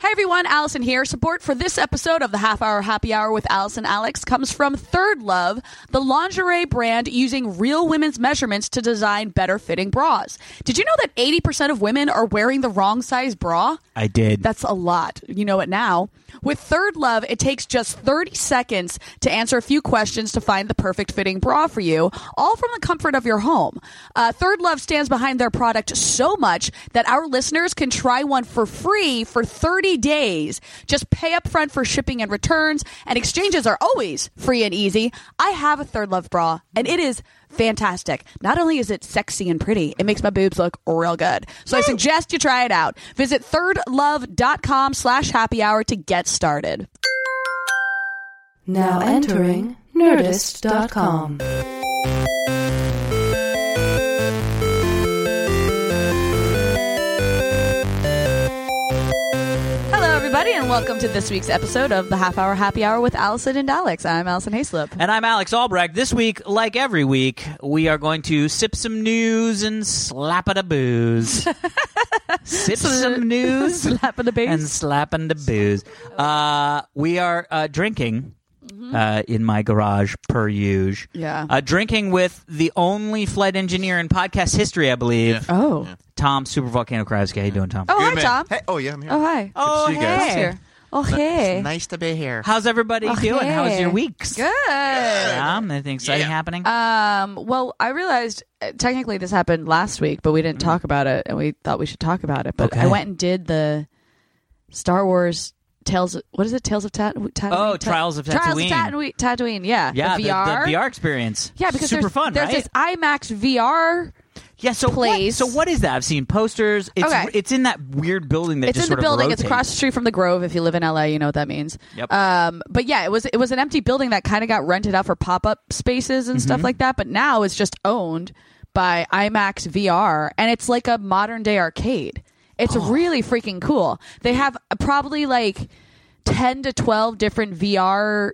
Hi, everyone. Allison here. Support for this episode of the Half Hour Happy Hour with Allison Alex comes from Third Love, the lingerie brand using real women's measurements to design better fitting bras. Did you know that 80% of women are wearing the wrong size bra? I did. That's a lot. You know it now. With Third Love, it takes just 30 seconds to answer a few questions to find the perfect fitting bra for you, all from the comfort of your home. Uh, Third Love stands behind their product so much that our listeners can try one for free for 30 days. Just pay up front for shipping and returns, and exchanges are always free and easy. I have a Third Love bra, and it is fantastic. Not only is it sexy and pretty, it makes my boobs look real good. So I suggest you try it out. Visit thirdlove.com slash happy hour to get started. Now entering Nerdist.com. Hello, everybody, and welcome to this week's episode of the Half Hour Happy Hour with Allison and Alex. I'm Allison Hayslip. And I'm Alex Albrecht. This week, like every week, we are going to sip some news and slap it a booze. sip some news Slap of the and base. slapping the booze. Uh, we are uh, drinking uh, in my garage, per usual. Mm-hmm. Yeah. Uh, drinking with the only flight engineer in podcast history, I believe, Oh. Tom Super Volcano Kravsky. How you doing, Tom? Oh, hi, Good man. Tom. Hey, oh yeah, I'm here. Oh, hi. Oh, see you guys. hey. Here. Oh, hey. It's nice to be here. How's everybody Oh, doing? How's hey. your weeks? Good. Um, anything exciting Yeah. happening? Um, well, I realized uh, technically this happened last week, but we didn't talk about it, and we thought we should talk about it. But I Mm-hmm. Okay. went and did the Star Wars Tales. Of, what is it? Tales of Tat. Tatooine? Ta- Oh, Trials of Trials Tatooine. Tatooine. Tatooine. Yeah. yeah, The the- VR. The, VR experience. Yeah, because super there's, fun, there's right? this IMAX VR. yeah, so place. What, so what is that? I've seen posters. It's Okay. it's in that weird building that It's just in the sort of building. It's rotates. across the street from the Grove. If you live in LA, you know what that means. Yep. Um, but yeah, it was it was an empty building that kind of got rented out for pop up spaces and Mm-hmm. stuff like that. But now it's just owned by IMAX VR, and it's like a modern day arcade. It's Oh. really freaking cool. They have probably like ten to twelve different VR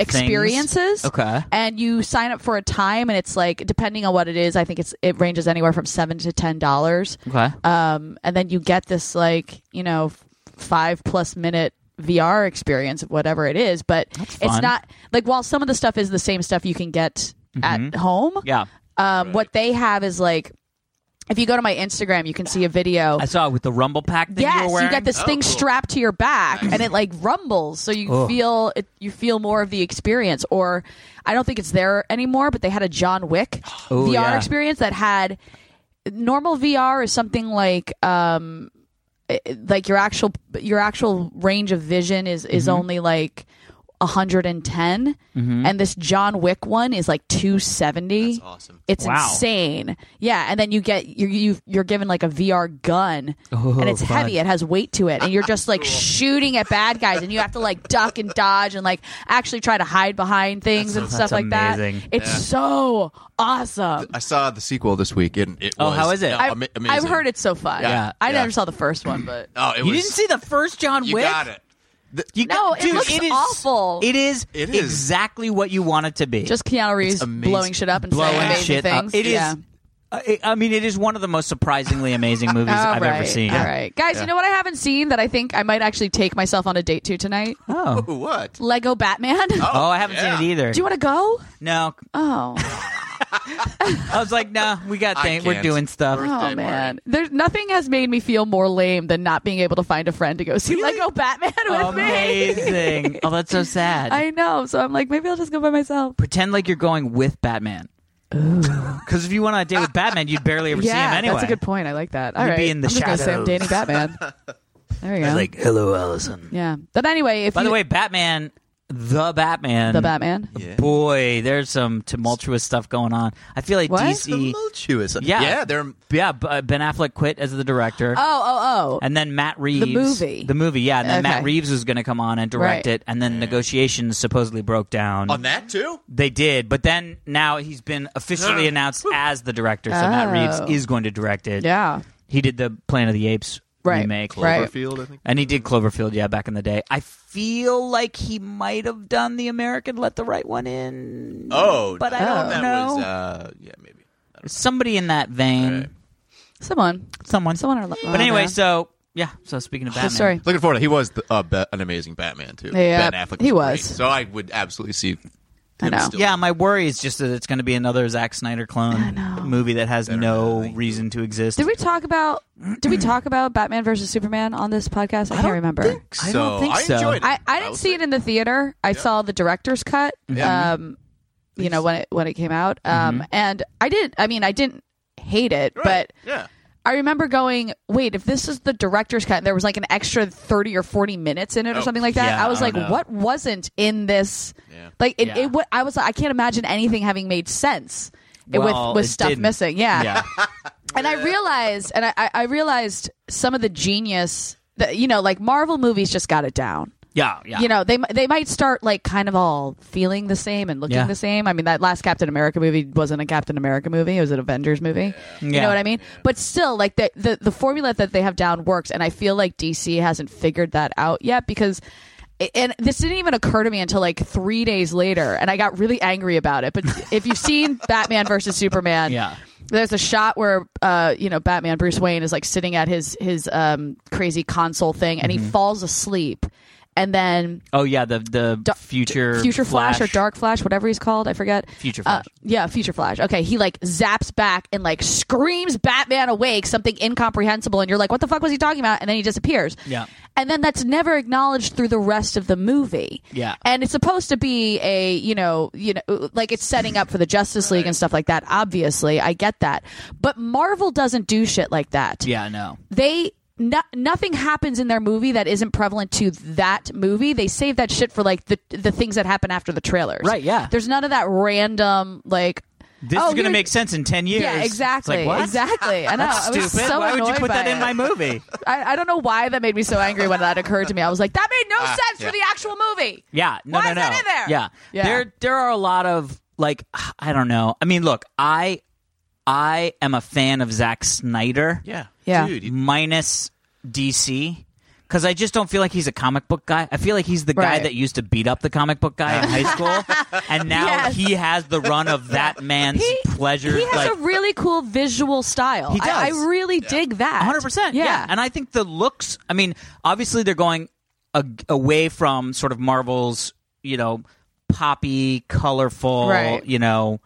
experiences. Okay. And you sign up for a time, and it's like depending on what it is. I think it's it ranges anywhere from seven to ten dollars Okay. um, and then you get this like you know f- five plus minute VR experience of whatever it is, but it's fun. not like while some of the stuff is the same stuff you can get at home. yeah. Um, What they have is like if you go to my Instagram, you can see a video. I saw it with the rumble pack that you Yes, were you, wearing. got this thing strapped to your back, and it like rumbles, so you Ugh. feel it, you feel more of the experience. Or I don't think it's there anymore, but they had a John Wick Oh, VR yeah. experience that had normal VR is something like um it- like your actual your actual range of vision is is Mm-hmm. only like 110 and this John Wick one is like 270 That's awesome. it's Wow. insane. Yeah, and then you get you you you're given like a VR gun, and it's fun. heavy. It has weight to it, and you're just like shooting at bad guys, and you have to like duck and dodge and like actually try to hide behind things and stuff that's like amazing. that. It's so awesome. I saw the sequel this week, and it Oh, was how is it? uh, I've, ama- amazing. I've heard it's so fun. Yeah, I yeah. never saw the first one, but Oh, it you was, didn't see the first John You Wick? got it. You No, got- it dude, looks it is, awful. It is, It is. exactly what you want it to be. just Keanu Reeves amazing. blowing shit up and saying blowing amazing shit things. up. It is. yeah. I- I mean, it is one of the most surprisingly amazing movies All I've ever right, seen. All right, guys, you know what I haven't seen that I think I might actually take myself on a date to tonight? Oh. Ooh, what? Lego Batman. Oh, I haven't yeah. seen it either. Do you want to go? no, Oh. I was like, nah, we got I things. We're can't. doing stuff. Birthday Oh party. man, there's nothing has made me feel more lame than not being able to find a friend to go see Lego Batman with Oh, me. Amazing. oh, that's so sad. I know, so I'm like, maybe I'll just go by myself. Pretend like you're going with Batman. Because if you went on a date with Batman, you'd barely ever see yeah, him anyway. that's a good point. I like that. All You'd right, be in the I'm just gonna say I'm shadows. dating Batman. There we go. hello, Allison. yeah, but anyway, if By you, the way, um, Batman, the Batman, the Batman. Yeah. Boy, there's some tumultuous stuff going on. I feel like What? DC. Tumultuous. Yeah. yeah, they're Yeah, B- uh, Ben Affleck quit as the director. Oh, oh, oh. and then Matt Reeves, movie. the movie, yeah, and then Okay. Matt Reeves was going to come on and direct Right. it, and then negotiations supposedly broke down. on that too. They did, but then now he's been officially announced as the director, so Matt Oh. Reeves is going to direct it. Yeah. he did the Planet of the Apes Right. remake, Right. Cloverfield, I think. and he did Cloverfield, yeah, back in the day. I feel like he might have done the American Let the Right One In. Oh, But I no, don't that know. Was, uh, yeah, maybe. Somebody in that vein, Right. Someone, someone, someone. Are, But anyway, so Yeah. So speaking of Batman, Oh, sorry. Looking forward to. He was the, uh, ba- an amazing Batman too. Yeah, ben Affleck. Was he great. was. So I would absolutely see. I him know. still. Yeah, my worry is just that it's going to be another Zack Snyder clone movie that has no reason to exist. Did we talk about? Did we talk about Batman versus Superman on this podcast? I, can't remember. So I don't think so. enjoyed it. I, I will didn't say. see it in the theater. I saw the director's cut. Yeah. Mm-hmm. Um, you know when it when it came out. Um, and I did. I mean, I didn't hate it, but yeah. I remember going, wait, if this is the director's cut, and there was like an extra 30 or 40 minutes in it or Oh, something like that. yeah, I was oh like, no. what wasn't in this? Yeah. Like, it, Yeah. it, wa- I was like, I can't imagine anything having made sense Well, with, with it stuff didn't. missing. Yeah. Yeah. And I realized, and I- I, I realized some of the genius that, you know, like Marvel movies just got it down. Yeah. Yeah. You know, they mi- they might start like kind of all feeling the same and looking Yeah. the same. I mean, that last Captain America movie wasn't a Captain America movie; it was an Avengers movie. You Yeah. know what I mean? But still, like the, the the formula that they have down works, and I feel like DC hasn't figured that out yet because. And this didn't even occur to me until like three days later, and I got really angry about it. But if you've seen Batman versus Superman, Yeah. there's a shot where uh, you know Batman Bruce Wayne is like sitting at his his um, crazy console thing, Mm-hmm. and he falls asleep, and then Oh yeah. The the future future Flash. or Dark Flash, whatever he's called, I forget. Future Uh, Flash. yeah, Future Flash. Okay, he like zaps back and like screams Batman awake, something incomprehensible, and you're like, what the fuck was he talking about? And then he disappears. Yeah. And then that's never acknowledged through the rest of the movie. Yeah. And it's supposed to be a, you know, you know, like it's setting up for the Justice League and stuff like that. Obviously, I get that. But Marvel doesn't do shit like that yeah. No. they no, nothing happens in their movie that isn't prevalent to that movie. They save that shit for like the the things that happen after the trailers. Right, yeah. There's none of that random like. This oh, is going to here's- make sense in ten years. Yeah, It's exactly. like, what? Exactly. I know. I Stupid. was so why would you annoyed put by that in it. my movie? I, I don't know why that made me so angry when that occurred to me. I was like, that made no sense yeah. for the actual movie. Ah, Yeah. No, Why no, is no. that in there? Yeah. Yeah. There there are a lot of like I don't know. I mean, look, I I am a fan of Zack Snyder. Yeah. Yeah. Dude, you- minus DC because I just don't feel like he's a comic book guy. I feel like he's the guy Right. that used to beat up the comic book guy in high school, and now Yes. he has the run of that man's He- pleasure. He has like, a really cool visual style. He I, I does. really dig that. 100%. Yeah. And I think the looks, I mean, obviously they're going a- away from sort of Marvel's, you know, poppy, colorful, Right. you know,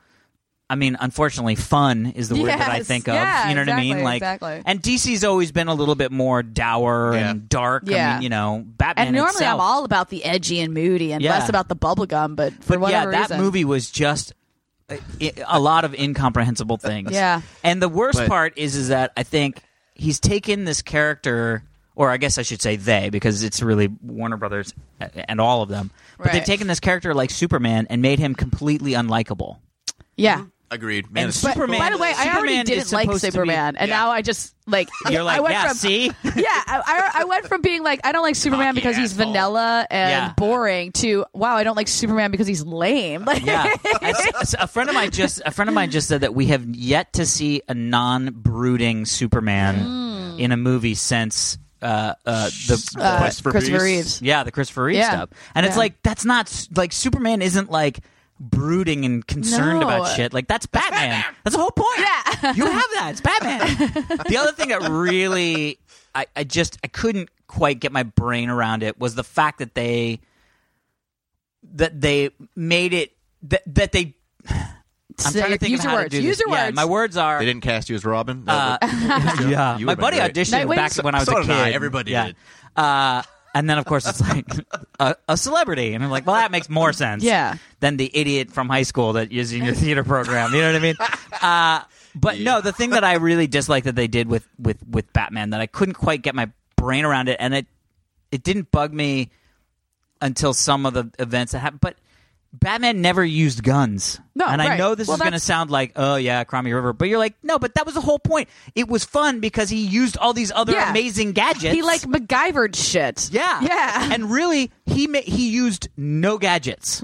I mean, unfortunately, fun is the word that I Yes. think of. Yeah, you know what I mean? exactly, Like, exactly. and DC's always been a little bit more dour Yeah. and dark. I Yeah. mean, you know, Batman. And normally I'm itself. all about the edgy and moody and Yeah. less about the bubblegum, but for But yeah, whatever that reason. movie was just a, a lot of incomprehensible things. Yeah. and the worst But- part is, is that I think he's taken this character, or I guess I should say they, because it's really Warner Brothers and all of them. But they've Right. taken this character like Superman and made him completely unlikable. yeah. agreed. Man, And it's but- super- Superman- By the way, I already Superman is didn't like supposed to be- Superman, and Yeah. now I just like You're like, I went yeah, from, see, yeah, I, I I went from being like I don't like Superman Cocky because he's asshole. vanilla and Yeah. boring to wow I don't like Superman because he's lame. Like, yeah. As- as a friend of mine just a friend of mine just said that we have yet to see a non brooding Superman in a movie since uh, uh, the Hmm. uh, Christopher Reeves. Yeah, the Christopher Reeve Yeah. stuff. And it's Yeah. like that's not s- like Superman isn't like brooding and concerned No. about shit. Like that's Batman. That's the whole point. Yeah. you have that. It's Batman. the other thing that really I, I just I couldn't quite get my brain around it was the fact that they that they made it that that they I'm So trying to think use of your how words. to do Use this. your Yeah, words. my words are They didn't cast you as Robin. Uh, yeah, You my would've buddy been great. auditioned Nightwing? back when I was So a did kid. I. Everybody did. Uh, and then of course it's like a, a celebrity, and I'm like, well, that makes more sense. Yeah. Than the idiot from high school that is in your theater program. You know what I mean? Uh, but no, the thing that I really disliked that they did with with with Batman that I couldn't quite get my brain around it, and it it didn't bug me until some of the events that happened, but. Batman never used guns. No, and I right. know this Well, is going to that's- sound like, oh yeah, Crimea River, but you're like, no, but that was the whole point. It was fun because he used all these other Yeah. amazing gadgets. he like MacGyvered shit. yeah, yeah, and really, he ma- he used no gadgets.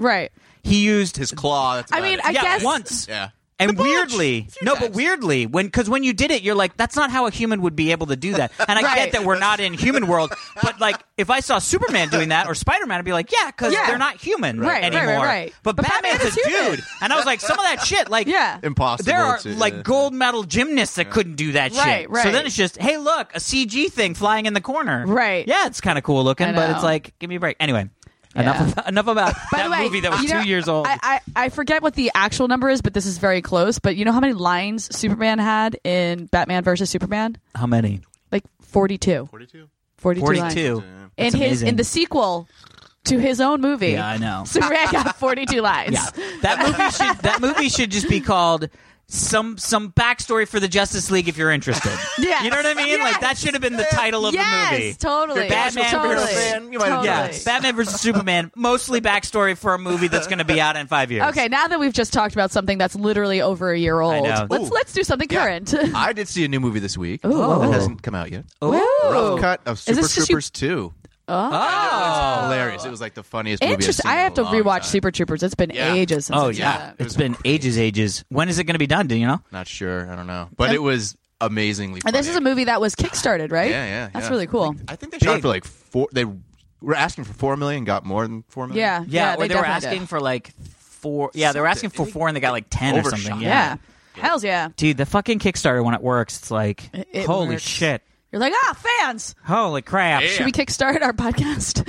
right. He used his claw. That's I about mean, it. I yeah, guess once. yeah. And bunch. weirdly, Few no, but times. weirdly, when because when you did it, you're like, that's not how a human would be able to do that. And I Right. get that we're not in human world, but like if I saw Superman doing that or Spider Man, I'd be like, yeah, because Yeah. they're not human Right, right, right, anymore. right. But, But Batman Batman's is a human. dude, and I was like, some of that shit, like, Yeah. Impossible. There are to- like gold medal gymnasts that couldn't do that Right, shit. right. So then it's just, hey, look, a CG thing flying in the corner. Right. Yeah, it's kind of cool looking, I but know. it's like, give me a break. Anyway, Yeah. enough, enough about By that the way, movie that was you two know, years old. I, I, I forget what the actual number is, but this is very close. But you know how many lines Superman had in Batman versus Superman? How many? Like 42. 42. 42. lines. 42. In That's his amazing. in the sequel to his own movie. Yeah, I know. Superman got 42 lines. Yeah, that movie should that movie should just be called some some backstory for the Justice League if you're interested. Yes. you know what I mean? Like that should have been the title of yes, the movie. totally. You're a Batman totally. versus- fan, you might have totally. done Yeah, Batman versus Superman, mostly backstory for a movie that's going to be out in five years. Okay, now that we've just talked about something that's literally over a year old, know. let's Ooh. let's do something current. I did see a new movie this week Ooh. that hasn't come out yet. Woo. Rough cut of Is Super this just you- Troopers 2. Oh, Hilarious. It was like the funniest movie. I've Interesting. seen I in have a to long rewatch time. Super Troopers. It's been Yeah. ages. Since oh I've seen yeah. that. It It's was been ages, ages. When is it going to be done? Do you know? Not sure. I don't know. But it was amazingly funny. And this is a movie that was kickstarted, right? Yeah, yeah, That's yeah. really cool. I think they shot Big. for like four. They were asking for four million, got more than four million. Yeah, Yeah, yeah. or they, were definitely asking did. for like four. Yeah, they were asking for four and they got like ten or something. Overshot. Yeah. Hell's yeah. Dude, the fucking Kickstarter when it works, it's like it holy works. shit, You're like, ah, fans. holy crap. Should we kickstart our podcast?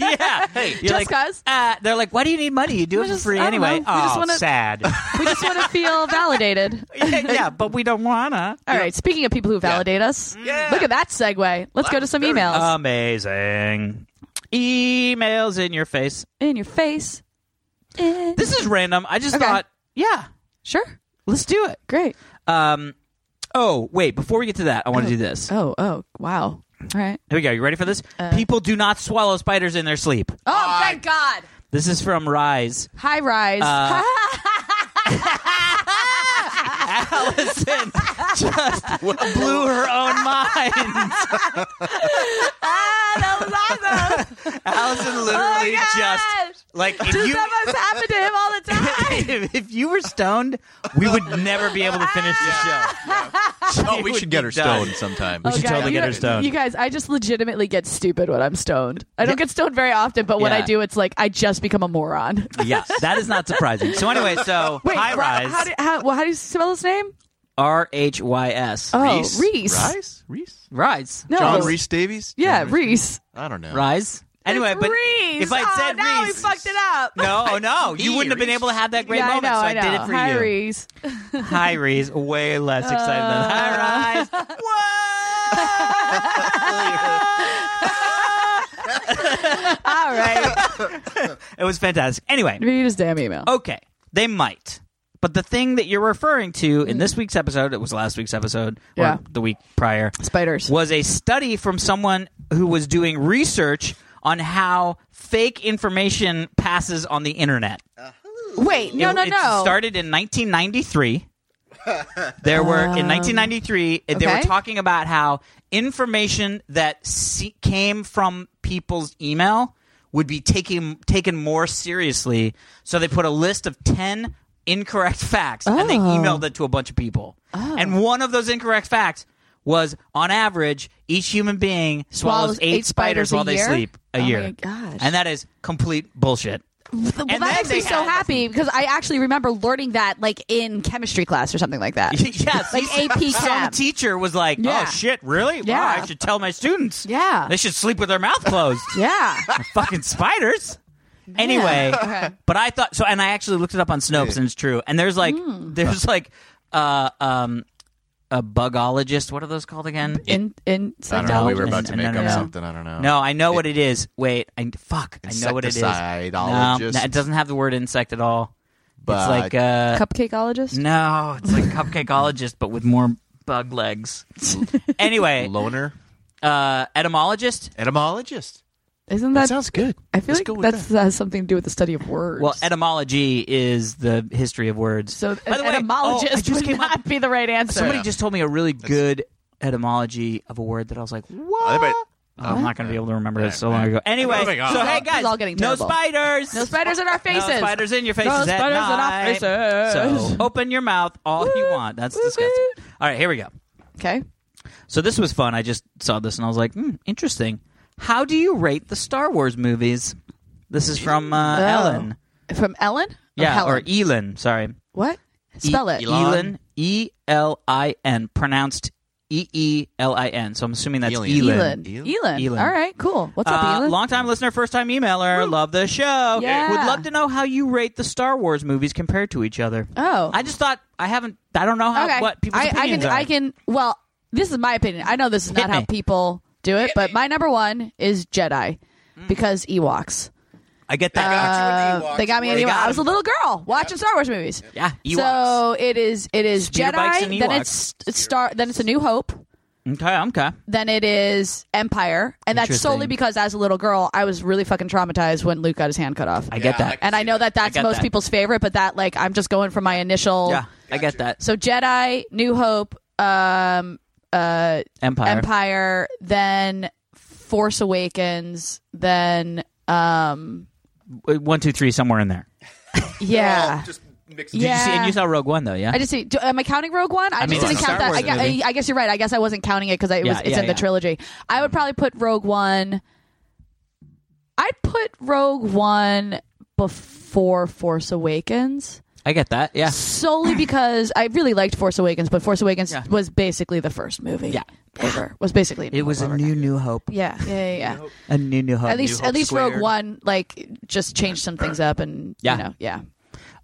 yeah. You're Just like, 'cause. Uh, they're like, why do you need money? You do We it for just- free I don't anyway. know. We just Oh, wanna- sad. we just want to feel validated. yeah, yeah, but we don't wanna. All right. Speaking of people who validate us, look at that segue. Let's go to some emails. Amazing. Emails in your face. In your face. In- This is random. I just Okay. thought, yeah, sure. let's do it. Great. Um, oh, wait, before we get to that, I want to do this. Oh, oh, wow. All right. Here we go. You ready for this? Uh. People do not swallow spiders in their sleep. Oh, thank God. This is from Rise. High rise. Uh, Allison just blew her own mind. ah, that was awesome. Allison Oh literally just like if Does you that must happen to him all the time? if, if you were stoned, we would never be able to finish the show. Oh, we It should would get be her done. stoned sometime. should Oh, God, totally you get her know- stoned. You guys, I just legitimately get stupid when I'm stoned. I don't get stoned very often, but when Yeah. I do, it's like I just become a moron. Yeah, that is not surprising. So anyway, so Wait, high Ro- How do, rise how, well, how do you spell his name? R H Y S Oh, Reese? Reese. Reese? Reese? rise No. John Reese Davies? Yeah, John Reese. I don't know. rise. Anyway, It's but Reese. if I oh, said now Reese, we fucked it up. No, oh, no, you He, wouldn't have been Reese. able to have that great yeah, moment. I know. so I, I know. did it for Hi, you. Reese. Hi, Reese. Way less excited than Hi, Reese. All right. It was fantastic. Anyway, Read his damn email. Okay, they might. But the thing that you're referring to in this week's episode, it was last week's episode or Hmm. Yeah. the week prior, Spiders. was a study from someone who was doing research on how fake information passes on the internet. Wait, no, it, no, it no. started in 1993. There were in 1993 they were Um, okay. talking about how information that se- came from people's email would be taken taken more seriously. So they put a list of 10 incorrect facts and they Oh. emailed it to a bunch of people. And one of those incorrect facts was on average each human being swallows, Swallows 8, eight spiders spiders a while they year? sleep a Oh my year. gosh. And that is complete bullshit. well, and that then makes me they so had- happy because I actually remember learning that like in chemistry class or something like that. yes, Like some- AP Some chem. teacher was like, Yeah. "Oh shit, really? Wow, Yeah. I should tell my students. Yeah. they should sleep with their mouth closed. yeah. Fucking spiders." Anyway, Okay. but I thought so, and I actually looked it up on Snopes, and it's true. And there's like, Hmm. there's like, uh, um, a bugologist. What are those called again? In in I don't know. We were Indulgence. about No, to make no, up no. something. I don't know. no, I know what it is. Wait, I fuck, I know what it is. No, Insecticideologist. no, it doesn't have the word insect at all. But it's like uh, cupcakeologist. No, it's like cupcakeologist, but with more bug legs. anyway, loner uh, etymologist. etymologist. Isn't that, That sounds good. I feel Let's go like with that's that. that has something to do with the study of words. Well, etymology is the history of words. so By an the way- etymologist oh, I just would came not up- be the right answer. Somebody just told me a really good etymology of a word that I was like, I "What?" bet Oh, I'm not going to be able to remember this so Right, long right. ago. Anyway, Moving on. so hey guys, is all getting no terrible. spiders. No spiders in our No faces. spiders in your faces. No at spiders in our night. faces. So open your mouth all you want. That's Woot, disgusting. woot. All right, here we go. Okay. So this was fun. I just saw this and I was like, hmm, interesting. How do you rate the Star Wars movies? This is from uh, Oh. Ellen. From Ellen? Or Yeah, Helen? or Elin. Sorry. what? Spell it. Elon. Elin. E L I N. Pronounced E E L I N. So I'm assuming that's Elin. Elin. Elon. Elon. Elon. Elon. All right, cool. What's up, Uh, Elon? long-time listener, first-time emailer. Love the show. Yeah. Would love to know how you rate the Star Wars movies compared to each other. Oh. I just thought I haven't. I don't know how okay. what people's I, I opinions can, are. I can, well, this is my opinion. I know this is not Hit how me. people do it, but my number one is Jedi Mm. because Ewoks. I get that. uh, got you with Ewoks. They got me an They Ewok. got I was a him. little girl watching Star Wars movies. yeah. Ewoks. So it is it is Speeder bikes and Jedi, then Ewoks. it's, it's Star then it's A New Hope, okay. Okay. then it is Empire. And that's Interesting. solely because as a little girl I was really fucking traumatized when Luke got his hand cut off. I get Yeah, that. I- and I know that that's I get most that. people's favorite, but that like I'm just going for my initial yeah. I get that. So Jedi, New Hope, um, uh, Empire. Empire, then Force Awakens, then um, Uh, One, two, three, somewhere in there. yeah. Well, just mix Did Yeah. you see? And you saw Rogue One though, yeah. I just see. Do, am I counting Rogue One? I, mean, just didn't it's a count Star that. I, Wars gue- movie. I, I guess you're right. I guess I wasn't counting it because it Yeah, was it's yeah, in the yeah. trilogy. I would probably put Rogue One. I'd put Rogue One before Force Awakens. I get that. Yeah. solely because I really liked Force Awakens, but Force Awakens Yeah. was basically the first movie. Yeah. ever was basically It was a new New Hope. yeah yeah yeah. yeah. A new New Hope. At least Hope at least Rogue squared. One like just changed some things up and Yeah. you know yeah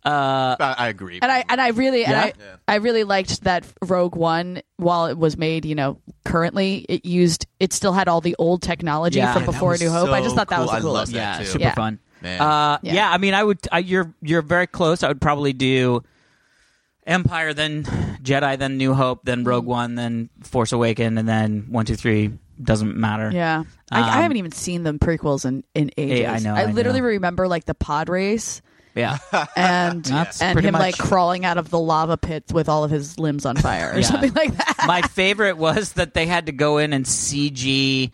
Uh, I, I agree. and I and I really and Yeah? I I really liked that Rogue One while it was made you know currently it used it still had all the old technology Yeah. from Yeah, that before A was New Hope. I just so thought that cool. was the I love coolest. that. yeah. too. Super Yeah. fun. Man. Uh, yeah. Yeah. I mean, I would. I, you're you're very close. I would probably do Empire, then Jedi, then New Hope, then Mm-hmm. Rogue One, then Force Awaken, and then one, two, three. Doesn't matter. Yeah. I, I Um, Eh, haven't even seen the prequels in, in ages. I know, I I literally know. remember like the pod race Yeah. and That's and pretty him much- like crawling out of the lava pit with all of his limbs on fire or Yeah. something like that. My favorite was that they had to go in and CG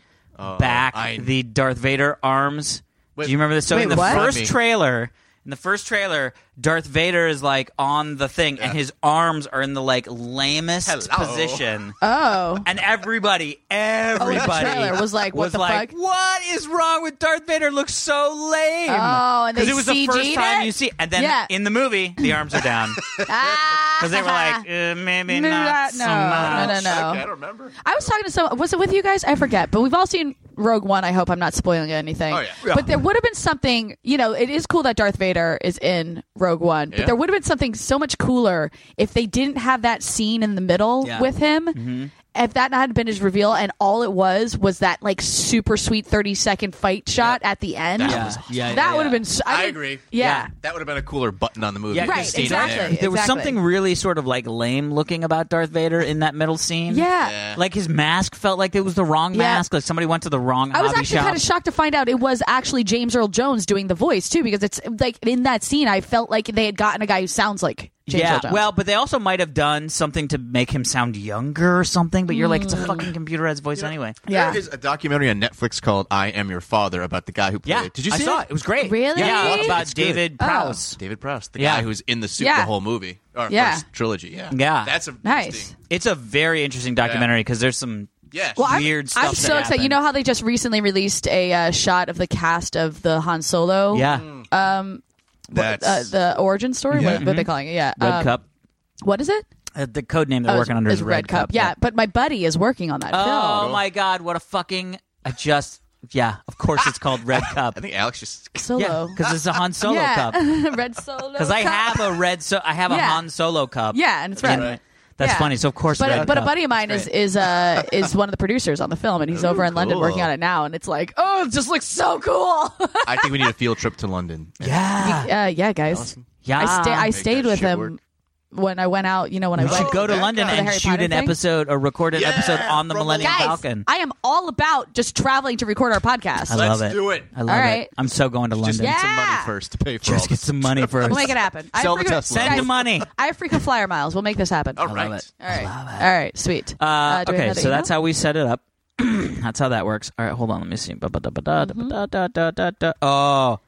back Oh, I- the Darth Vader arms. Wait, Do you remember this? So wait, in the what? first Remind me. trailer, in the first trailer, Darth Vader is like on the thing, and his arms are in the like lamest Hello. position. Oh. And everybody, everybody trailer was like, what the like, fuck? What is wrong with Darth Vader? Looks so lame. Oh, and 'Cause they it was the first CG'd time it? you see, and then Yeah. in the movie, the arms are down because Ah. they were like, uh, maybe No, not no, so no, much. no, no. Okay, I don't remember. I was talking to some. Was it with you guys? I forget. But we've all seen Rogue One. I hope I'm not spoiling anything. Oh, yeah. Yeah. But there would have been something. You know, it is cool that Darth Vader is in Rogue One. But Yeah. there would have been something so much cooler if they didn't have that scene in the middle Yeah. with him. Mm-hmm. If that had been his reveal, and all it was was that like super sweet 30 second fight shot at the end. That Yeah, was yeah, yeah, That yeah. would have been. s- I mean, agree. Yeah. That would have been a cooler button on the movie. Yeah, Just Right, seen it exactly. there. There was something really sort of like lame looking about Darth Vader in that middle scene. Yeah. Yeah. Like his mask felt like it was the wrong Yeah. mask. Like somebody went to the wrong I was hobby actually shop. kind of shocked to find out it was actually James Earl Jones doing the voice too, because it's like in that scene, I felt like they had gotten a guy who sounds like James yeah, Earl Jones. well, but they also might have done something to make him sound younger or something. But you're like, it's a fucking computerized voice anyway. Mm. yeah. There is a documentary on Netflix called "I Am Your Father" about the guy who played Yeah, it. Did you I see saw it? It was great. Really? Yeah, It's about good. David Oh. Prowse. David Proust, the Yeah. guy who's in the suit Yeah. the whole movie or Yeah. first trilogy. Yeah, Yeah. That's a Nice. It's a very interesting documentary because there's some Yeah. Well, I'm- weird stuff. I'm, so that excited. You happened. know how they just recently released a uh, shot of the cast of the Han Solo, Yeah, That's uh, the origin story. What, what are they calling it? Yeah, Mm-hmm. Red Um, Cup. What is it? Uh, the code name they're Oh, working it's- under it's is Red, Cup. Yeah, but my buddy is working on that Oh film. my god, what a fucking I just yeah, of course it's called Red Cup. I think Alex just. Solo. Yeah, because it's a Han Solo Yeah. cup. Red Solo. Because I cup. have a red, so I have a Yeah. Han Solo cup. Yeah, and it's in red. it. That's Yeah. funny. So of course, But, red but a cup. buddy of mine is is uh is one of the producers on the film, and he's over in London cool. working on it now. And it's like, oh, it just looks so cool. I think we need a field trip to London. Yeah, uh, yeah, guys. yeah. I, sta- I Make stayed that with shit him work. when I went out. You know, when I we went should go to that London guy. and For the shoot Harry an Potter thing? episode or record an Yeah, episode on the from Millennium guys. Falcon. I am all about just traveling to record our podcast. I Let's love it. do it. I love All it. right. I'm so going to Just London. need Yeah. some money first to pay for all Just get this. some money first. We'll make it happen. I Sell the freaking- Tesla. Send guys, him money. I have freaking flyer miles. We'll make this happen. All All right. it. right. All right. Sweet. Uh, do we have okay, another so that's email? how we set it up. That's how that works. All right, hold on. Let me see. Ba-ba-da-ba-da, Mm-hmm. da-ba-da-da-da-da-da. Oh,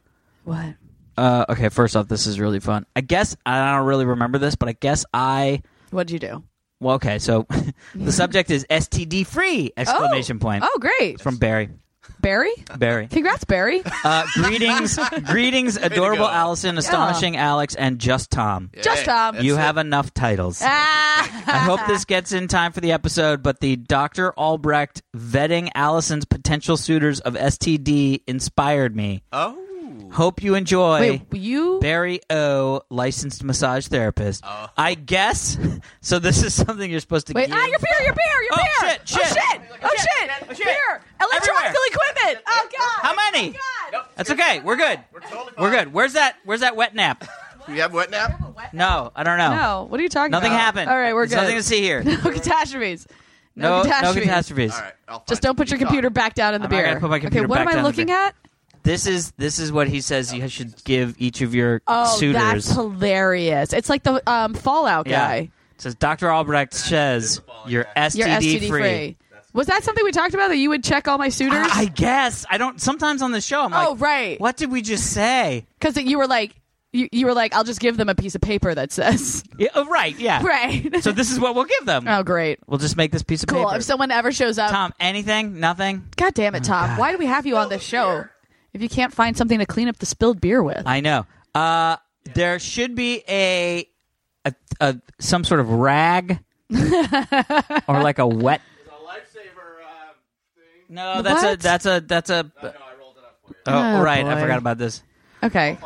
What? uh, okay. First off, this is really fun. I guess I don't really remember this, but I guess I. What did you do? Well, okay. So the subject is STD free! Exclamation point Oh, great. from Barry. Barry? Barry. Congrats, Barry. Uh, greetings, greetings, adorable go. Allison, astonishing Alex, and just Tom. Just um. you have enough titles. I Ah. hope this gets in time for the episode, but the Dr. Albrecht vetting Allison's potential suitors of STD inspired me. Oh. Hope you enjoy. Wait, you? Barry O, licensed massage therapist. I guess. So this is something you're supposed to Wait, give. ah, your beer, your beer, your Oh, beer. shit, shit. Oh, shit. Oh, shit. Shit, shit, shit. Beer. Electronic Everywhere. equipment. Oh, God. How many? Oh, God. That's okay. We're good. totally We're good. Where's that? Where's that wet nap? You have what now? No, I don't know. No, what are you talking Nothing about? happened. All right, we're There's good. Nothing to see here. No catastrophes. No, no catastrophes. All right. I'll find Just don't it. put your You talk. computer back down in the I'm not beer. gonna put my computer okay, what back am I down in the looking beer. at? This is this is what he says you should give each of your Oh, suitors. that's hilarious. It's like the um, Fallout guy. It says Dr. Albrecht says you're STD, You're STD free. Was that something we talked about that you would check all my suitors? I guess I don't. Sometimes on the show, I'm like, Oh, right. What did we just say? Because you were like, you, you were like, I'll just give them a piece of paper that says Yeah, oh, right. Yeah. right. So this is what we'll give them. oh, great, We'll just make this piece of cool. uh, paper. If someone ever shows up, Tom, Oh anything? Nothing? God damn it, Tom! Why do we have you on this show if you can't find something to clean up the spilled beer with? I know. Uh, there should be a, a, a some sort of rag or like a wet. The lifesaver. Uh, No, that's What? a that's a that's a. no, I rolled it up for you. Oh, Oh, right. boy. I forgot about this. Okay,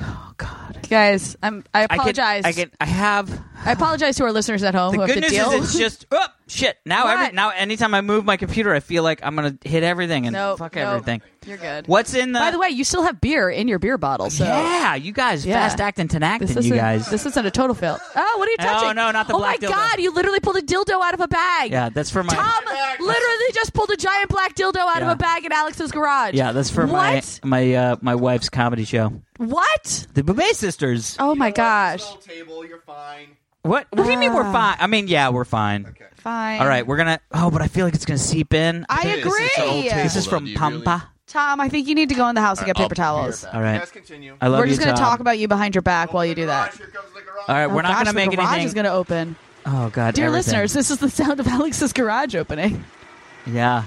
Oh God. guys, I'm. I I can- apologize. I can. I have. I apologize to our listeners at home The who have good to news deal. is it's just oh shit. Now What? every now anytime I move my computer, I feel like I'm gonna hit everything and Nope, fuck nope. everything. You're good. What's in the? By the way, you still have beer in your beer bottle, so yeah, you guys Yeah. fast acting and acting, isn't, you guys. this isn't a total fail. Oh, what are you No, touching? no, not the Oh black my dildo. god, you literally pulled a dildo out of a bag. yeah, that's for my. Tom literally just pulled a giant black dildo out of Yeah. a bag in Alex's garage. yeah, that's for what? my my uh, my wife's comedy show, my What? The Boubet Sisters. Oh my gosh. Small table. You're fine. What? What do you mean Ah. we're fine? I mean, yeah, we're fine. Fine. All right, we're gonna. Oh, but I feel like it's gonna seep in. I It is. It's an old agree. taste. this is Hold on, from do you Pampa. Tom, I think you need to go in the house and get I'll paper towels. prepare All right, Let's continue. I love We're you, just gonna Tom. talk about you behind your back while you do that. Here comes the garage. All right, Oh we're not gosh, gonna the make garage anything. is gonna open. oh God, Dear everything. listeners, this is the sound of Alex's garage opening. Yeah.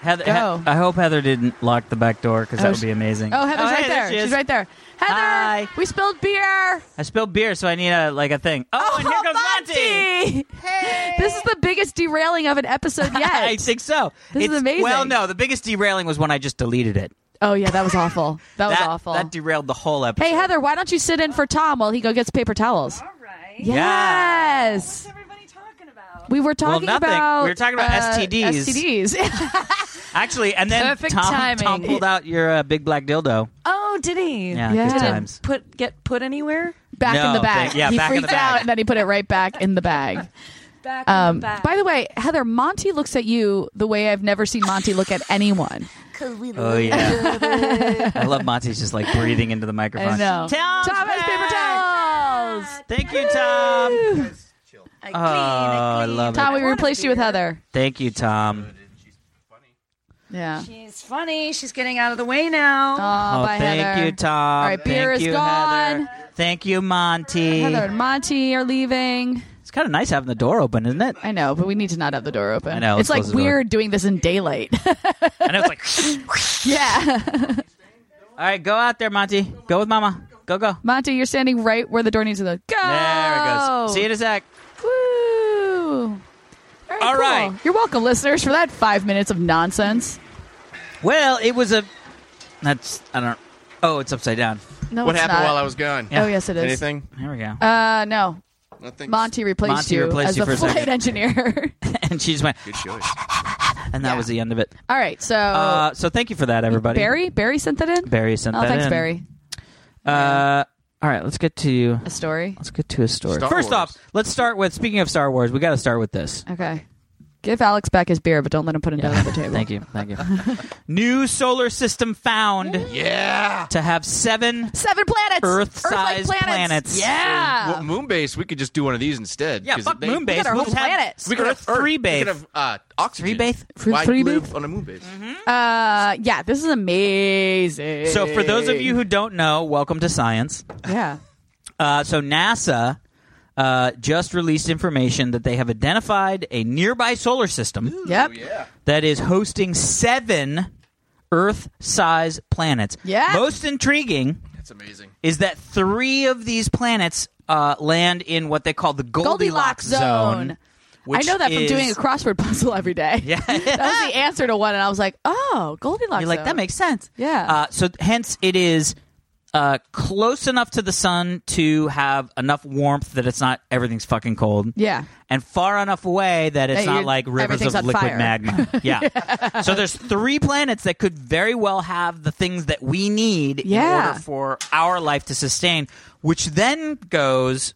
Heather, Go. I hope Heather didn't lock the back door because Oh, that would sh- be amazing. Oh, Heather's right hey, there. she is. She's right there. Heather, Hi. we spilled beer. I spilled beer, so I need a like a thing. Oh, and here comes Monty. Hey. This is the biggest derailing of an episode yet. I think so. This is It's- amazing. Well, no, the biggest derailing was when I just deleted it. oh yeah, that was awful. That, was awful. That derailed the whole episode. hey Heather, why don't you sit in for Tom while he go gets paper towels? All right. Yeah. Yes. everybody talking about? We were talking nothing. about We were talking about uh, STDs. STDs. Actually, and then Perfect Tom, timing. Tom pulled out your uh, big black dildo. Oh, did he? Yeah, Yeah. good Did it times. Put get put anywhere? back in No, the bag. thank- yeah, he back in freaked the bag. out and then he put it right back in the bag. Back Um, by the way, Heather, Monty looks at you the way I've never seen Monty look at anyone. Oh yeah. I love Monty's just like breathing into the microphone. I know. Tom's Tom has uh, paper back. towels. Thank you, Tom. I Oh, I love Tom, it. we replaced you with Heather. Thank you, Tom. Yeah. She's funny. She's getting out of the way now. Aw, Oh, bye, thank Heather. you, Tom. All right, beer thank is you, gone. Heather. Thank you, Monty. Heather and Monty are leaving. It's kind of nice having the door open, isn't it? I know, but we need to not have the door open. I know, It's let's like close the door. weird doing this in daylight. I know it's like. yeah. All right, go out there, Monty. Go with Mama. Go, go. Monty, you're standing right where the door needs to go. Go! There it goes. See you in a sec. Woo! All All right. You're welcome, listeners, for that five minutes of nonsense. Well, it was a. That's I don't. Oh, it's upside down. No, What it's happened not. while I was gone? Oh, yes, it is. Anything? Here we go. Uh, no. Nothing. Monty replaced Monty you replaced as you the for a flight second. engineer. and she just went, Good choice. and that Yeah. was the end of it. All right, so Uh, so thank you for that, everybody. Barry? Barry sent that in? Barry sent oh, that thanks, in. Barry. Uh, all right, let's get to A story? let's get to a story. Star First Wars. off, let's start with speaking of Star Wars. We got to start with this. Okay. Give Alex back his beer, but don't let him put it down on the table. Thank you. Thank you. New solar system found Yeah. to have seven. Seven planets. Earth-sized Earth-like planets. planets. Yeah. Well, Moonbase, we could just do one of these instead. Yeah, 'cause fuck they- moon at base. our We'll whole have planet. We could have Earth three We base. could have uh, oxygen. Three base? Three- Why three live base? on a moon base? uh, yeah, this is amazing. So, for those of you who don't know, welcome to science. yeah, Uh, so NASA uh, just released information that they have identified a nearby solar system Oh, yep, that is hosting seven Earth-sized planets. Yeah. Most intriguing That's amazing. is that three of these planets uh, land in what they call the Goldilocks Goldilocks, zone. I which know that from is- doing a crossword puzzle every day. Yeah. that was the answer to one, and I was like, oh, Goldilocks. You're like, zone. that makes sense. Yeah. Uh, so hence it is uh, close enough to the sun to have enough warmth that it's not everything's fucking cold. yeah. And far enough away that it's That not you're- like rivers everything's of on liquid fire. magma. Yeah. So there's three planets that could very well have the things that we need in Yeah. order for our life to sustain, which then goes,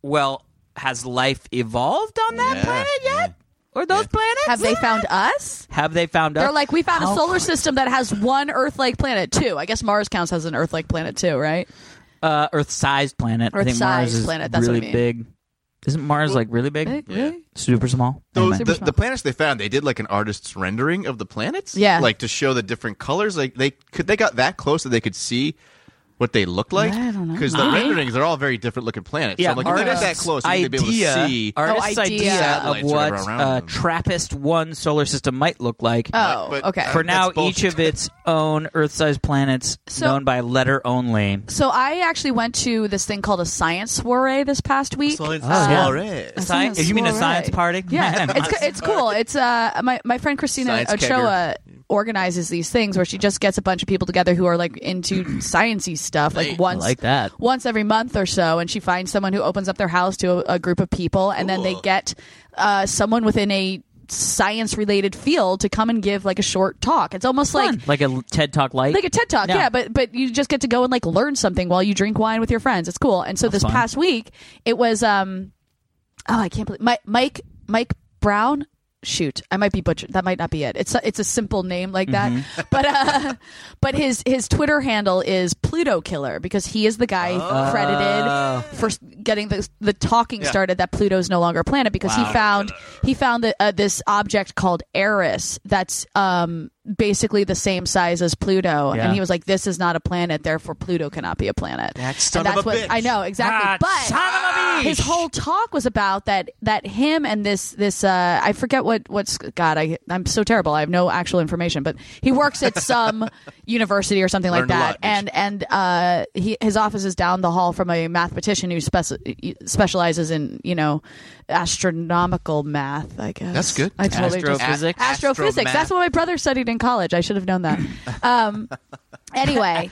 well, has life evolved on that Yeah. planet yet? Or those planets? Have they found us? Have they found They're us? like, we found a How solar system that has one Earth-like planet too. I guess Mars counts as an Earth-like planet too, right? uh, Earth-sized planet. I think Mars Earth-sized is planet, that's what really I mean. big. Isn't Mars like really big? Really? Super small. Those, Anyway. the, the planets they found, they did like an artist's rendering of the planets. Yeah. like to show the different colors. Like they could, they got that close that they could see what they look like. I don't know. Because the renderings, they're all very different looking planets. So Yeah, I'm like, if they got that artists' close, you'd be able idea, to see. artists' Oh, idea, idea. of Satellites or what whatever around uh, them. Trappist one solar system might look like. Oh, But- okay. For Uh, That's now, each bullshit. of its own Earth-sized planets, So- known by letter only. so I actually went to this thing called a science soiree this past week. yeah. Soiree. I think Science- it's you mean a soiree. science party? Yeah, Man, it's, it's, it's cool. It's uh, my my friend Christina Science Ochoa organizes these things where she just gets a bunch of people together who are like into sciencey stuff, like once like that. once every month or so, and she finds someone who opens up their house to a, a group of people, and then they get uh, someone within a science related field to come and give like a short talk. It's almost like like a TED Talk light. like a TED talk, Yeah. yeah. But but you just get to go and like learn something while you drink wine with your friends. It's cool. And so this fun. past week, it was um, oh I can't believe Mi- Mike Mike Brown. Shoot, I might be butchered. That might not be it. It's a, it's a simple name like that, but uh, but his his Twitter handle is Pluto Killer because he is the guy credited for s- getting the the talking started that Pluto's no longer a planet because he found he found the, uh, this object called Eris that's um basically the same size as Pluto, Yeah. and he was like, "This is not a planet, therefore Pluto cannot be a planet." That son that's of a what bitch. I know exactly. Ah, but son of a his bitch. whole talk was about that that him and this this uh, I forget what what's God I I'm so terrible I have no actual information but he works at some university or something Learned a like that lot, didn't and and uh, he, his office is down the hall from a mathematician who speci- specializes in you know astronomical math I guess That's good. I totally just- Astrophysics. astrophysics that's what my brother studied in college I should have known that um, anyway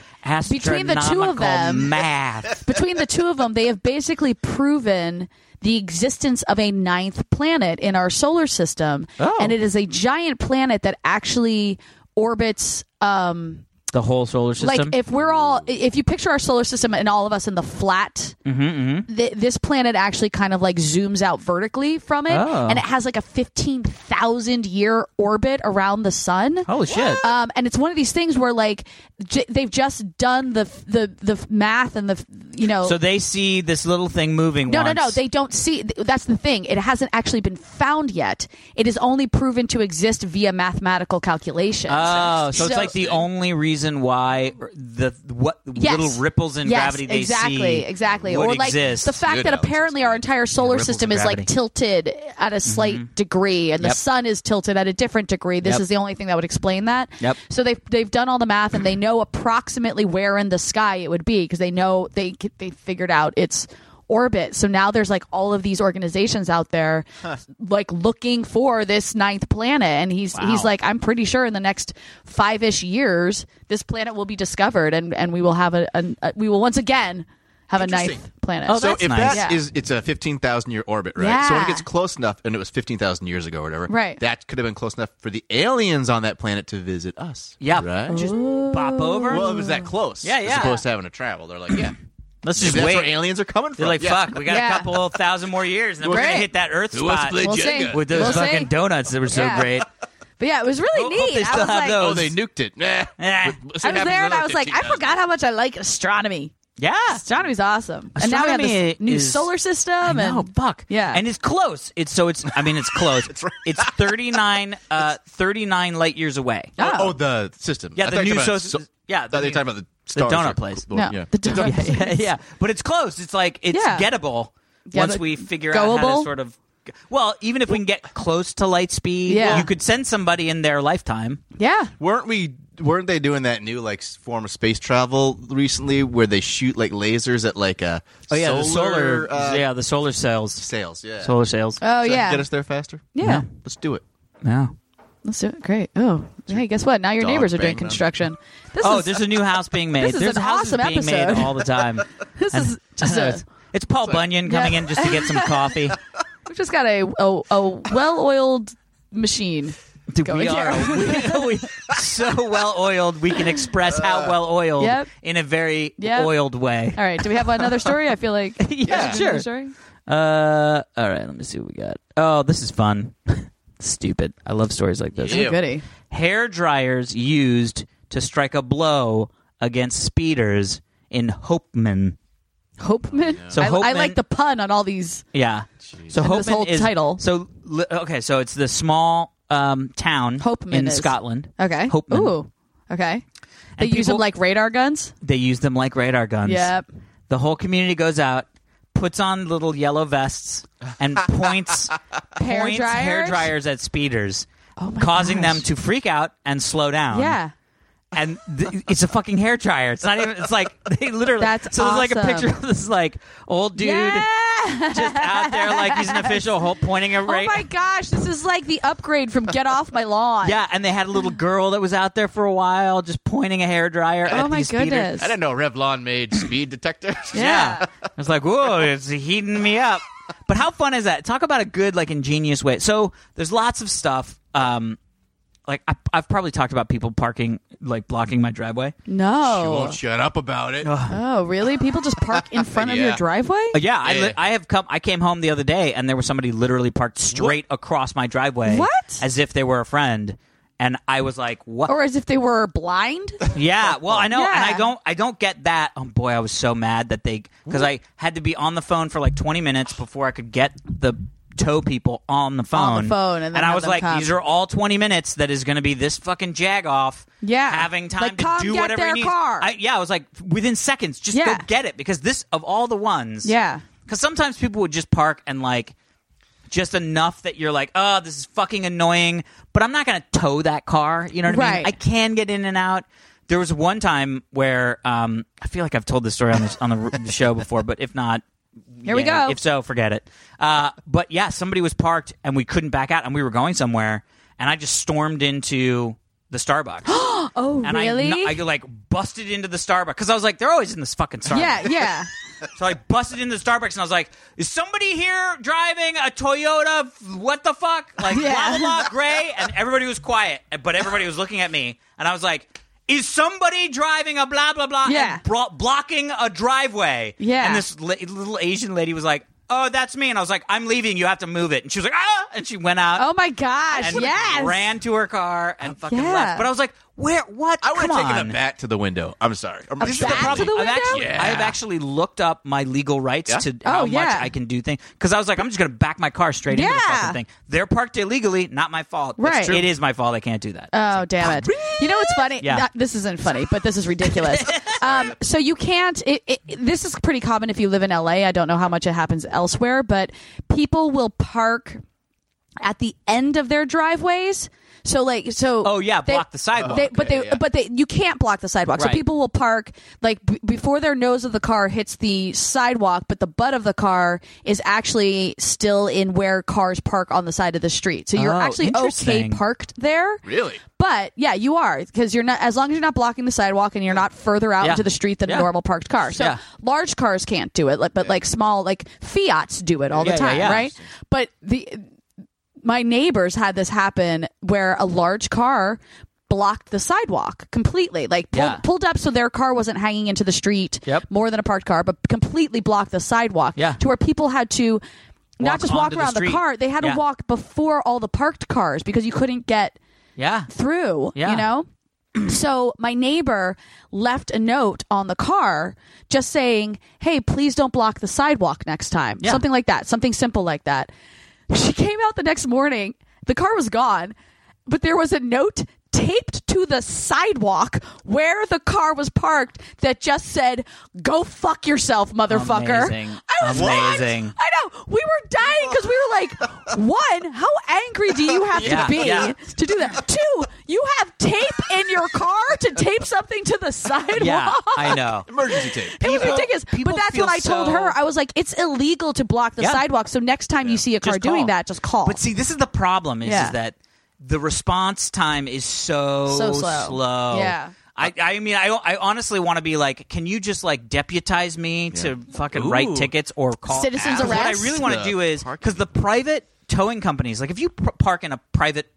between the two Astronomical of them math. between the two of them, they have basically proven the existence of a ninth planet in our solar system, Oh. and it is a giant planet that actually orbits. Um, the whole solar like system. if we're all, if you picture our solar system and all of us in the flat, Mm-hmm, th- this planet actually kind of like zooms out vertically from it, Oh. and it has like a fifteen thousand year orbit around the sun. Holy shit! Um, and it's one of these things where like j- they've just done the f- the the f- math and the f- you know So they see this little thing moving. no, once. no, no. They don't see. th- That's the thing. It hasn't actually been found yet. It is only proven to exist via mathematical calculations. Oh, so, it's like the only reason why the what Yes. little ripples in yes, gravity they exactly, see exactly. would or like exist. the fact Good, that Alex, apparently our entire solar ripples system in is like gravity. Mm-hmm. tilted at a slight degree, and Yep. the sun is tilted at a different degree. This Yep. is the only thing that would explain that. Yep. So they've they've done all the math and they know approximately where in the sky it would be because they know they c- they figured out its orbit. So now there's like all of these organizations out there like looking for this ninth planet and he's he's like I'm pretty sure in the next 5ish years this planet will be discovered and and we will have a, an a we will once again have a ninth planet. Oh, So that's if nice. that is, Yeah. it's a fifteen thousand year orbit, right? Yeah. So when it gets close enough, and it was fifteen thousand years ago or whatever, Right. That could have been close enough for the aliens on that planet to visit us. Yeah. right. Just bop over. Oh. Well, it was that close. Yeah, yeah. As opposed to having to travel, they're like, yeah, Let's just That's wait. where aliens are coming from. They're like, Yeah. fuck, we got Yeah. a couple thousand more years, and then we're Great. gonna hit that Earth Who wants spot to play We'll Jenga? see. with those We'll fucking see. donuts that were so Yeah. great. But yeah, it was really Hope- hope neat. they I still was have like, those. Oh, they nuked it. Nah. Eh. Let's see I what was happens there and in I was like, I 15,000. forgot how much I like astronomy. Yeah, Astronomy's awesome. and now we have Astronomy this new is- solar system. I know, and fuck. Yeah. and it's close. It's so it's. I mean, it's close. it's it's thirty nine uh, thirty nine light years away. Oh. Oh, the system. Yeah, I the thought you new were talking about so- so- yeah, the thought they new- were talking about the, the Star donut Trek. place. Cool. no, Yeah. the donut. yeah, yeah, but it's close. It's like it's Yeah. gettable Yeah, once but we figure out how goable? to sort of. Well, even if we can get close to light speed, Yeah. you could send somebody in their lifetime. Yeah. Weren't we? Weren't they doing that new like s- form of space travel recently, where they shoot like lasers at like a Oh, Oh, solar, uh, yeah, the solar cells, sails? Yeah. solar cells. Oh Does that yeah. Get us there faster. yeah. Let's do it. yeah. Let's do it. Great. Oh, hey, guess what? Now your Dog neighbors are doing bang them. construction. This Oh, is there's a new house being made. This is there's an houses awesome being made episode. all the time. this is just a. it's, it's Paul Bunyan coming Yeah. in just to get some coffee. We've just got a a, a well-oiled machine. Dude, Going we are we, we, so well oiled. We can express Uh, how well oiled Yep. in a very Yep. oiled way. All right. Do we have another story? I feel like Yeah, Another sure. story? Uh, all right, let me see what we got. Oh, this is fun. Stupid. I love stories like this. Oh, goody. Hair dryers used to strike a blow against speeders in Hopeman. Hopeman. So I, I Hopeman- like the pun on all these. Yeah. So And Hopeman this whole is title. So li- okay, so it's the small um, town Hopeman in is. Scotland. Okay. Hopeman. Ooh. Okay. They And use them people- like radar guns. They use them like radar guns. Yep. The whole community goes out, puts on little yellow vests, and points Hair points dryers? hair dryers at speeders, Oh my causing gosh. them to freak out and slow down. Yeah. and th- it's a fucking hair dryer. It's not even. It's like they literally. That's so there's like a awesome. picture of this like old dude Yeah. just out there like he's an official, ho- pointing a Oh right. my gosh, this is like the upgrade from Get Off My Lawn. yeah, and they had a little girl that was out there for a while, just pointing a hair dryer. Oh my goodness. I didn't know Revlon made speed detectors. Yeah. Yeah. I was like, whoa, it's heating me up. But how fun is that? Talk about a good, like, ingenious way. So there's lots of stuff. Um, like I, I've probably talked about people parking, like blocking my driveway. She No. won't shut up about it. Oh, really? People just park in front of your Yeah. driveway? Uh, yeah, I, Yeah. li- I have come. I came home the other day, and there was somebody literally parked straight across my driveway. What? As if they were a friend, and I was like, "What? Or as if they were blind? yeah." Well, I know, and Yeah. I don't. I don't get that. Oh boy, I was so mad that they because I had to be on the phone for like twenty minutes before I could get the tow people on the phone. phone, and then have I was them like, come. "These are all twenty minutes that is going to be this fucking jag off." Yeah. having time Like, to come do get whatever their he needs. car. I, yeah, I was like, within seconds, just Yeah. go get it because this of all the ones. Yeah. Because sometimes people would just park and like just enough that you're like, oh, this is fucking annoying, but I'm not going to tow that car. You know what I Right. mean? I can get in and out. There was one time where um, I feel like I've told this story on the, on the, the show before, but if not, Here we yeah, go. If so, forget it. Uh, but yeah, somebody was parked and we couldn't back out, and we were going somewhere, and I just stormed into the Starbucks. Oh, And really? I, kn- I like busted into the Starbucks because I was like, they're always in this fucking Starbucks. yeah, yeah. So I busted into the Starbucks and I was like, "Is somebody here driving a Toyota? f- What the fuck? Like Yeah. blah blah gray?" And everybody was quiet, but everybody was looking at me, and I was like. Is somebody driving a blah blah blah Yeah. and bro- blocking a driveway? Yeah. And this la- little Asian lady was like, "Oh, that's me," and I was like, "I'm leaving. You have to move it." And she was like, "Ah!" And she went out Oh my gosh, and yes. ran to her car and fucking Yeah. left. But I was like, "Where? What? I would Come have on. taken a bat to the window. I'm sorry. I'm bat to the I've window? actually, Yeah. I have actually looked up my legal rights Yeah? to Oh, how much yeah. I can do things because I was like, I'm just going to back my car straight into the Yeah. fucking thing. They're parked illegally, not my fault. Right. It's true. It is my fault. I can't do that. Oh damn it! You know what's funny? Yeah. Not- this isn't funny, but this is ridiculous. um, so you can't. It, it, this is pretty common if you live in LA. I don't know how much it happens elsewhere, but people will park at the end of their driveways. So like so. Oh, yeah, they- block the sidewalk. They, but they but they you can't block the sidewalk. So Right. people will park like b- before their nose of the car hits the sidewalk, but the butt of the car is actually still in where cars park on the side of the street. So you're Oh, actually okay interesting. parked there. Really? But yeah, you are because you're not as long as you're not blocking the sidewalk and you're not further out Yeah. into the street than Yeah. a normal parked car. So Yeah. large cars can't do it, like- but like small like Fiats do it all Yeah, the yeah, time, yeah. right? But the my neighbors had this happen where a large car blocked the sidewalk completely. Like pulled, Yeah. pulled up so their car wasn't hanging into the street Yep. more than a parked car, but completely blocked the sidewalk Yeah. to where people had to not Walk just walk onto the around the, street. car, they had Yeah. to walk before all the parked cars because you couldn't get Yeah. through, Yeah. you know? so my neighbor left a note on the car just saying, hey, please don't block the sidewalk next time. Yeah. Something like that, something simple like that. She came out the next morning, the car was gone, but there was a note taped to the sidewalk where the car was parked that just said, go fuck yourself, motherfucker. Amazing. I was like, Amazing. I know. We were dying because we were like, one, how angry do you have Yeah, to be yeah. to do that? Two, you have tape in your car to tape something to the sidewalk. Yeah, I know. Emergency tape. It was People- ridiculous. people But that's feel what I told so- her. I was like, it's illegal to block the Yeah. sidewalk. So next time you see a car Just call. doing that, just call. But see, this is the problem is, is Yeah. that the response time is so, So slow. Yeah. I, I mean, I, I honestly want to be like, can you just like deputize me to fucking write Ooh. tickets or call Citizens 'Cause What I arrest? really want to The do is parking. because the private towing companies, like if you pr- park in a private,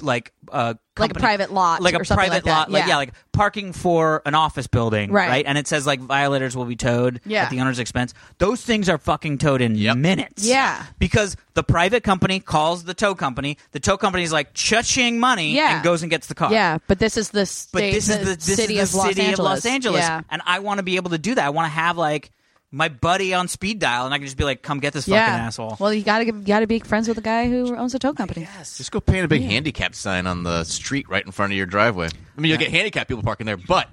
like uh, Like a company- private lot like a or something like private that. lot, like Yeah. yeah, like parking for an office building, Right. And it says like violators will be towed Yeah. at the owner's expense. Those things are fucking towed in Yep. minutes, Yeah. because the private company calls the tow company. The tow company's like cha-ching money Yeah. and goes and gets the car. yeah, but this is the state, uh, But this is the, this is city, the of, Los city Angeles. of Los Angeles. Yeah. And I want to be able to do that. I want to have like my buddy on speed dial and I can just be like, come get this yeah. fucking asshole. Well, you gotta give- you gotta be friends with the guy who owns a tow company. Yes. Just go paint a big handicap sign on the street right in front of your driveway. I mean, you'll get handicapped people parking there, but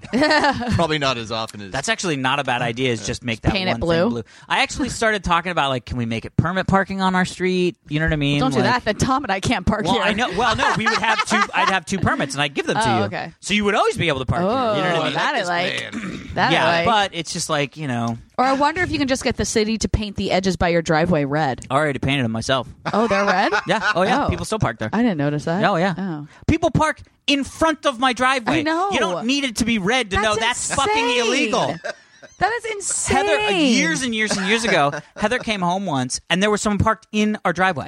probably not as often as. That's actually not a bad idea. Is just make that paint it one thing blue. blue. I actually started talking about like, can we make it permit parking on our street? You know what I mean? Don't do that. Like- Then Tom and I can't park Well, here. I know. Well, no, we would have two. I'd have two permits, and I'd give them to Oh, you. okay. So you would always be able to park. here, you know what I Oh, mean? that I this like. man. That yeah, way. but it's just like you know. Or I wonder if you can just get the city to paint the edges by your driveway red. I already painted them myself. Oh, they're red? Yeah. Oh yeah. Oh. People still park there. I didn't notice that. oh yeah. Oh. People park in front of my driveway. I know. You don't need it to be red to That's know that's fucking insane. illegal. That is insane. Heather, uh, years and years and years ago, Heather came home once, and there was someone parked in our driveway,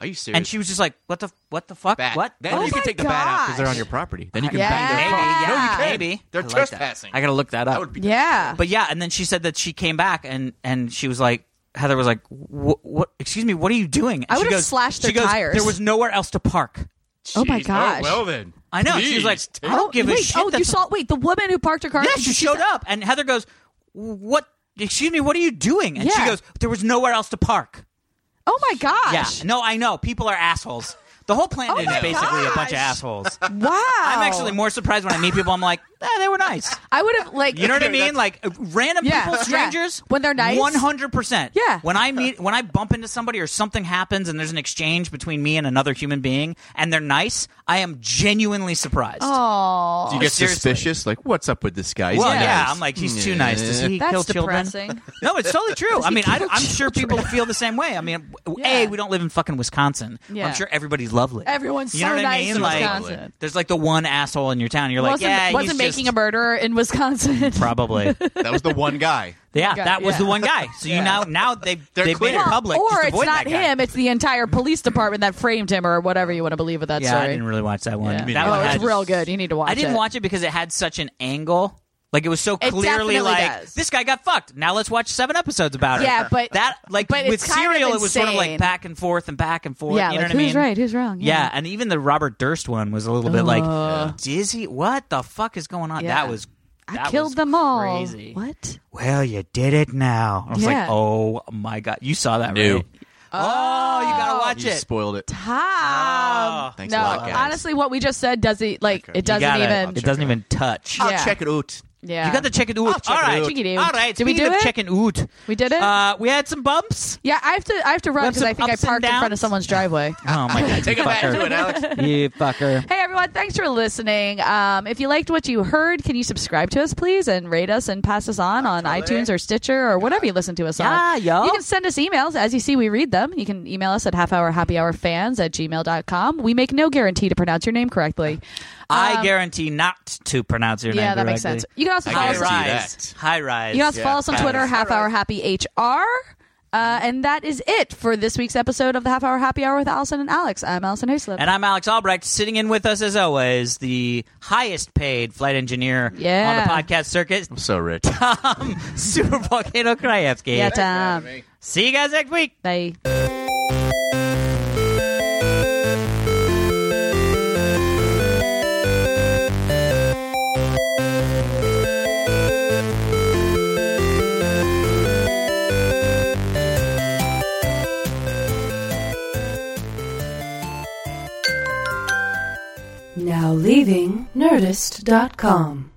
Are you serious? and she was just like, "What the? What the fuck? Bat. What? Then Oh you my can take the bat out because they're on gosh. your property. Then you can Yeah. bang their Maybe. car. Yeah. No, you can't. Maybe They're I like that. trespassing. I gotta look that up. That would be Yeah. But yeah, and then she said that she came back and and she was like, Heather was like, "Wh- "What? Excuse me, what are you doing?" And I she would've goes- slashed their she goes, tires. There was nowhere else to park. Oh my Jeez. gosh. Oh, well then. I know. She was like, Please I don't give wait, a shit. Oh, that you the- saw. Wait, the woman who parked her car. Yeah, she showed up, and Heather goes, "What? Excuse me, what are you doing?" And she Yeah. goes, "There was nowhere else to park." Oh my gosh. Yeah. No, I know. People are assholes. The whole planet Oh is my basically a bunch gosh. of assholes. Wow. I'm actually more surprised when I meet people. I'm like, eh, they were nice. I would have like. You know what I mean? Like uh, random Yeah, people, yeah. strangers. When they're nice. one hundred percent. Yeah. When I meet, when I bump into somebody or something happens, and there's an exchange between me and another human being, and they're nice, I am genuinely surprised. Oh, Do you get seriously. suspicious? Like, what's up with this guy? He's Well, nice. yeah, I'm like, he's too nice. Does he kill that's children? depressing. No, it's totally true. I he mean, I, kill am sure people feel the same way. I mean, w- a Yeah. we don't live in fucking Wisconsin. Yeah. I'm sure everybody's lovely. Everyone's you know so what nice I mean? in like, Wisconsin. there's like the one asshole in your town. You're like, wasn't yeah, he's wasn't making just- a murderer in Wisconsin. Probably. that was the one guy. Yeah, Guy, that was yeah. the one guy. So you now now they They're they made clear. it public. or Just it's avoid not that guy. him; it's the entire police department that framed him, or whatever you want to believe with that Yeah, story. I didn't really watch that one. Yeah. That neither. one oh, had, it's real good. You need to watch. I didn't it. watch it because it had such an angle. Like it was so It clearly definitely like does. this guy got fucked. Now let's watch seven episodes about it. Yeah, but- that like but with it's kind of serial, it was sort of like insane. back and forth and back and forth. Yeah, you like, know what I who's mean? right, who's wrong? Yeah. Yeah. Oh. and even the Robert Durst one was a little bit like dizzy. What the fuck is going on? Yeah. That was that I was killed them all. Crazy. What? Well, you did it now. I was like, Yeah. oh my god, you saw that, No. right? Oh, you gotta watch You it. spoiled it. Tom. Oh. Thanks no, a lot, guys. honestly, what we just said doesn't like it doesn't gotta- even. It doesn't even touch. Yeah. I'll check it out. yeah, You got to check it out. check All it right, out. Check it out. All right. Did we Speaking do of it? Checking out. We did it? Uh, we had some bumps. yeah, I have to. I have to We run have because I some think I ups and parked in front of downs? someone's driveway. Oh my god! Take it back to it, Alex. you fucker. Hey everyone, thanks for listening. Um, if you liked what you heard, can you subscribe to us, please, and rate us and pass us on on iTunes or Stitcher or whatever you listen to us Yeah, on. yo. You can send us emails. As you see, we read them. You can email us at halfhourhappyhourfans at gmail.com. We make no guarantee to pronounce your name correctly. I guarantee not to pronounce your name. Yeah, that makes correctly. sense. You can also I follow High us guarantee rise. High rise. You guys follow us on guys. Twitter, half hour happy HR. Uh, and that is it for this week's episode of the Half Hour Happy Hour with Allison and Alex. I'm Allison Hayslip. And I'm Alex Albrecht, sitting in with us as always, the highest paid flight engineer Yeah. on the podcast circuit, I'm so rich. Tom Super Volcano Krajewski. yeah, Tom. See you guys next week. Bye. Now leaving Nerdist.com.